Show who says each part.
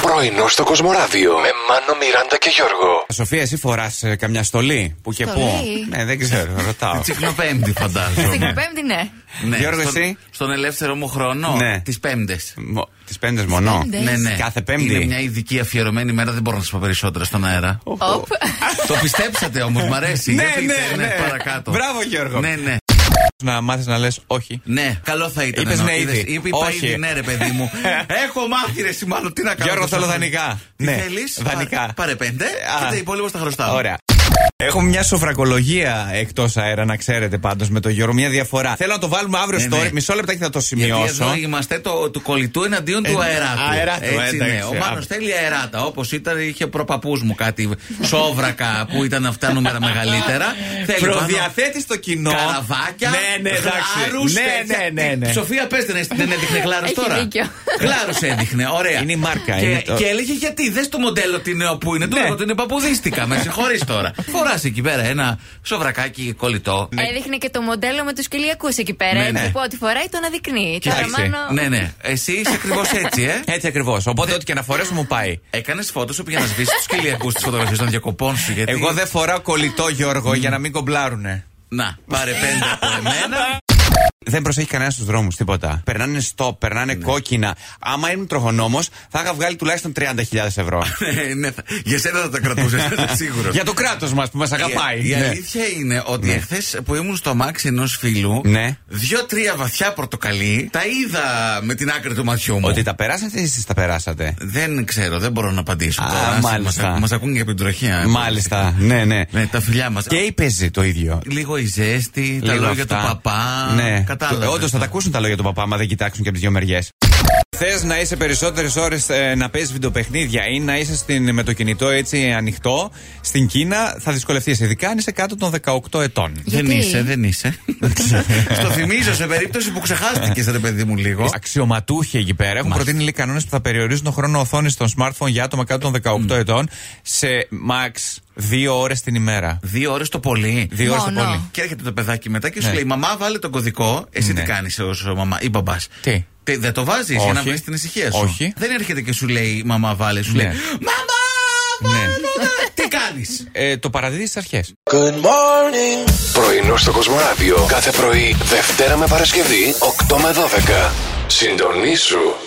Speaker 1: Πρωινό στο Κοσμοράδιο με Μάνο, Μιράντα και Γιώργο.
Speaker 2: Σοφία, εσύ φοράς καμιά στολή που και πού.
Speaker 3: Στολή?
Speaker 2: Ναι, δεν ξέρω, ρωτάω.
Speaker 4: Τσικνοπέμπτη,
Speaker 3: Στην
Speaker 4: φαντάζομαι.
Speaker 3: Πέμπτη, ναι.
Speaker 4: ναι,
Speaker 2: Γιώργο,
Speaker 4: στον,
Speaker 2: εσύ?
Speaker 4: στον ελεύθερο μου χρόνο,
Speaker 2: Ναι.
Speaker 4: τις Πέμπτες.
Speaker 2: Τι πέντε μονό.
Speaker 3: πέμπτες.
Speaker 4: Ναι, ναι.
Speaker 2: Κάθε Πέμπτη.
Speaker 4: Είναι μια ειδική αφιερωμένη μέρα, δεν μπορώ να σας πω περισσότερα στον αέρα.
Speaker 3: Οπ.
Speaker 4: Το πιστέψατε όμως, μ' αρέσει.
Speaker 2: Ναι,
Speaker 4: Για πείτε,
Speaker 2: ναι, ναι.
Speaker 4: Παρακάτω.
Speaker 2: Μπράβο, Γιώργο.
Speaker 4: Ναι, ναι.
Speaker 2: Να μάθεις να λες όχι.
Speaker 4: Ναι, καλό θα ήταν.
Speaker 2: Είπες
Speaker 4: ενώ,
Speaker 2: ναι ήδη.
Speaker 4: είδες, Είπε, είπα
Speaker 2: Όχι. Ε.
Speaker 4: ήδη ναι, ρε παιδί μου. Έχω μάθει ρε εσύ, μάλλον τι να κάνω.
Speaker 2: Γιώργο, θέλω δανεικά.
Speaker 4: Τι
Speaker 2: Ναι,
Speaker 4: θέλεις.
Speaker 2: δανεικά.
Speaker 4: Πάρε πέντε
Speaker 2: Α.
Speaker 4: και τα υπόλοιπα στα χρωστά.
Speaker 2: Ωραία. Έχουμε μια σοφρακολογία εκτός αέρα, να ξέρετε πάντως με τον Γιώργο. Μια διαφορά. Θέλω να το βάλουμε αύριο
Speaker 4: Ναι,
Speaker 2: στο
Speaker 4: ναι.
Speaker 2: μισό λεπτάκι θα το
Speaker 4: Γιατί
Speaker 2: σημειώσω.
Speaker 4: εδώ είμαστε το, του κολλητού εναντίον
Speaker 2: Ε,
Speaker 4: του αεράτου.
Speaker 2: αεράτου,
Speaker 4: Έτσι,
Speaker 2: εντάξει.
Speaker 4: ναι. Ο Μάνος
Speaker 2: Α.
Speaker 4: θέλει αεράτα. Όπως ήταν, είχε προπαπούς μου κάτι σόβρακα που ήταν αυτά νούμερα μεγαλύτερα. Θέλει
Speaker 2: Ε, Προδιαθέτει το κοινό.
Speaker 4: πάνω Καραβάκια, Ε,
Speaker 2: Ναι, ναι,
Speaker 4: χλάρους,
Speaker 2: εντάξει. Ναι,
Speaker 4: τέτοια.
Speaker 2: ναι, ναι, ναι.
Speaker 4: Σοφία, πες δεν, δεν έδειχνε χλάρου
Speaker 3: Έχει
Speaker 4: τώρα.
Speaker 3: δίκιο.
Speaker 4: Χλάρου έδειχνε, ωραία.
Speaker 2: Είναι η μάρκα,
Speaker 4: Και,
Speaker 2: είναι το- Ναι.
Speaker 4: και έλεγε γιατί, δες το μοντέλο τι νέο που είναι. Του λέω ότι είναι παπουδίστηκα. Με συγχωρείς τώρα. Φοράς εκεί πέρα ένα σοβρακάκι κολλητό.
Speaker 3: Έδειχνε και το μοντέλο με τους κυλιακού εκεί πέρα.
Speaker 4: Ναι,
Speaker 3: έτσι
Speaker 4: ναι.
Speaker 3: που ό,τι φοράει τον αδεικνύει. Τώρα
Speaker 2: Κοίταξε.
Speaker 3: μάλλον.
Speaker 4: Ναι, ναι. Εσύ είσαι ακριβώς έτσι, ε.
Speaker 2: Έτσι ακριβώς. Οπότε ό,τι και να φορέσω μου πάει.
Speaker 4: Έκανες φώτος για να σβήσεις τους κυλιακού τη φωτογραφίες των διακοπών σου. Γιατί...
Speaker 2: Εγώ δεν φοράω κολλητό, Γιώργο, για να μην κομπλάρουνε.
Speaker 4: Να, πάρε πέντε από εμένα.
Speaker 2: Δεν προσέχει κανένα στους δρόμους, τίποτα. Περνάνε στόπ, περνάνε
Speaker 4: Ναι.
Speaker 2: κόκκινα. Άμα ήμουν τροχονόμος, θα είχα βγάλει τουλάχιστον 30.000 ευρώ.
Speaker 4: Ναι, ναι, θα- για σένα θα τα κρατούσε, σίγουρο.
Speaker 2: Για το κράτος μας που μας αγαπάει.
Speaker 4: Η, η
Speaker 2: Ναι.
Speaker 4: αλήθεια είναι ότι εχθές που ήμουν στο αμάξι ενός φίλου,
Speaker 2: Ναι.
Speaker 4: δύο-τρία βαθιά πορτοκαλί τα είδα με την άκρη του ματιού μου.
Speaker 2: Ότι τα περάσατε ή εσείς τα περάσατε.
Speaker 4: Δεν ξέρω, δεν μπορώ να απαντήσω.
Speaker 2: Α, μάλιστα.
Speaker 4: Μας ακούν και από την τροχιά.
Speaker 2: Μάλιστα, ναι, ναι.
Speaker 4: Ναι, τα φιλιά μας.
Speaker 2: Και η παίζει το ίδιο.
Speaker 4: Λίγο η ζέστη, τα
Speaker 2: Λίγο
Speaker 4: λόγια
Speaker 2: αυτά.
Speaker 4: του παπά.
Speaker 2: Ναι.
Speaker 4: Κατάλαβα.
Speaker 2: Όντως θα τα ακούσουν τα λόγια του παπά, άμα δεν κοιτάξουν και από τις δύο μεριές. Θες να είσαι περισσότερες ώρες να παίζεις βιντεοπαιχνίδια ή να είσαι στην, με το κινητό έτσι ανοιχτό στην Κίνα, θα δυσκολευτείς. Ειδικά αν είσαι κάτω των 18 ετών.
Speaker 4: Δεν
Speaker 3: Γιατί?
Speaker 4: είσαι, δεν είσαι. Στο θυμίζω σε περίπτωση που ξεχάστηκες, ρε παιδί μου, λίγο.
Speaker 2: Ε, Αξιωματούχοι εκεί πέρα έχουν προτείνει λίγοι κανόνες που θα περιορίζουν τον χρόνο οθόνης των smartphone για άτομα κάτω των 18 ετών σε max 2 ώρες την ημέρα.
Speaker 4: Δύο ώρες το πολύ.
Speaker 2: Δύο ώρες το
Speaker 3: Μόνο.
Speaker 2: πολύ.
Speaker 4: Και έρχεται το παιδάκι μετά και σου
Speaker 2: Ναι.
Speaker 4: λέει: Μαμά, βάλε τον κωδικό. Εσύ
Speaker 2: Ναι.
Speaker 4: τι κάνεις ως μαμά ή μπαμπάς.
Speaker 2: Τι?
Speaker 4: Δεν το βάζεις για να
Speaker 2: Όχι.
Speaker 4: βρεις την ησυχία σου.
Speaker 2: Όχι.
Speaker 4: Δεν έρχεται και σου λέει: Μαμά, βάλε. Σου
Speaker 2: Ναι.
Speaker 4: λέει: Μαμά, βάλε.
Speaker 2: Ναι.
Speaker 4: το- Τι κάνεις.
Speaker 2: Ε, το παραδίδεις στις αρχές.
Speaker 1: Πρωινό στο Κοσμοράδιο κάθε πρωί, Δευτέρα με Παρασκευή, 8 με 12. Συντονίσου.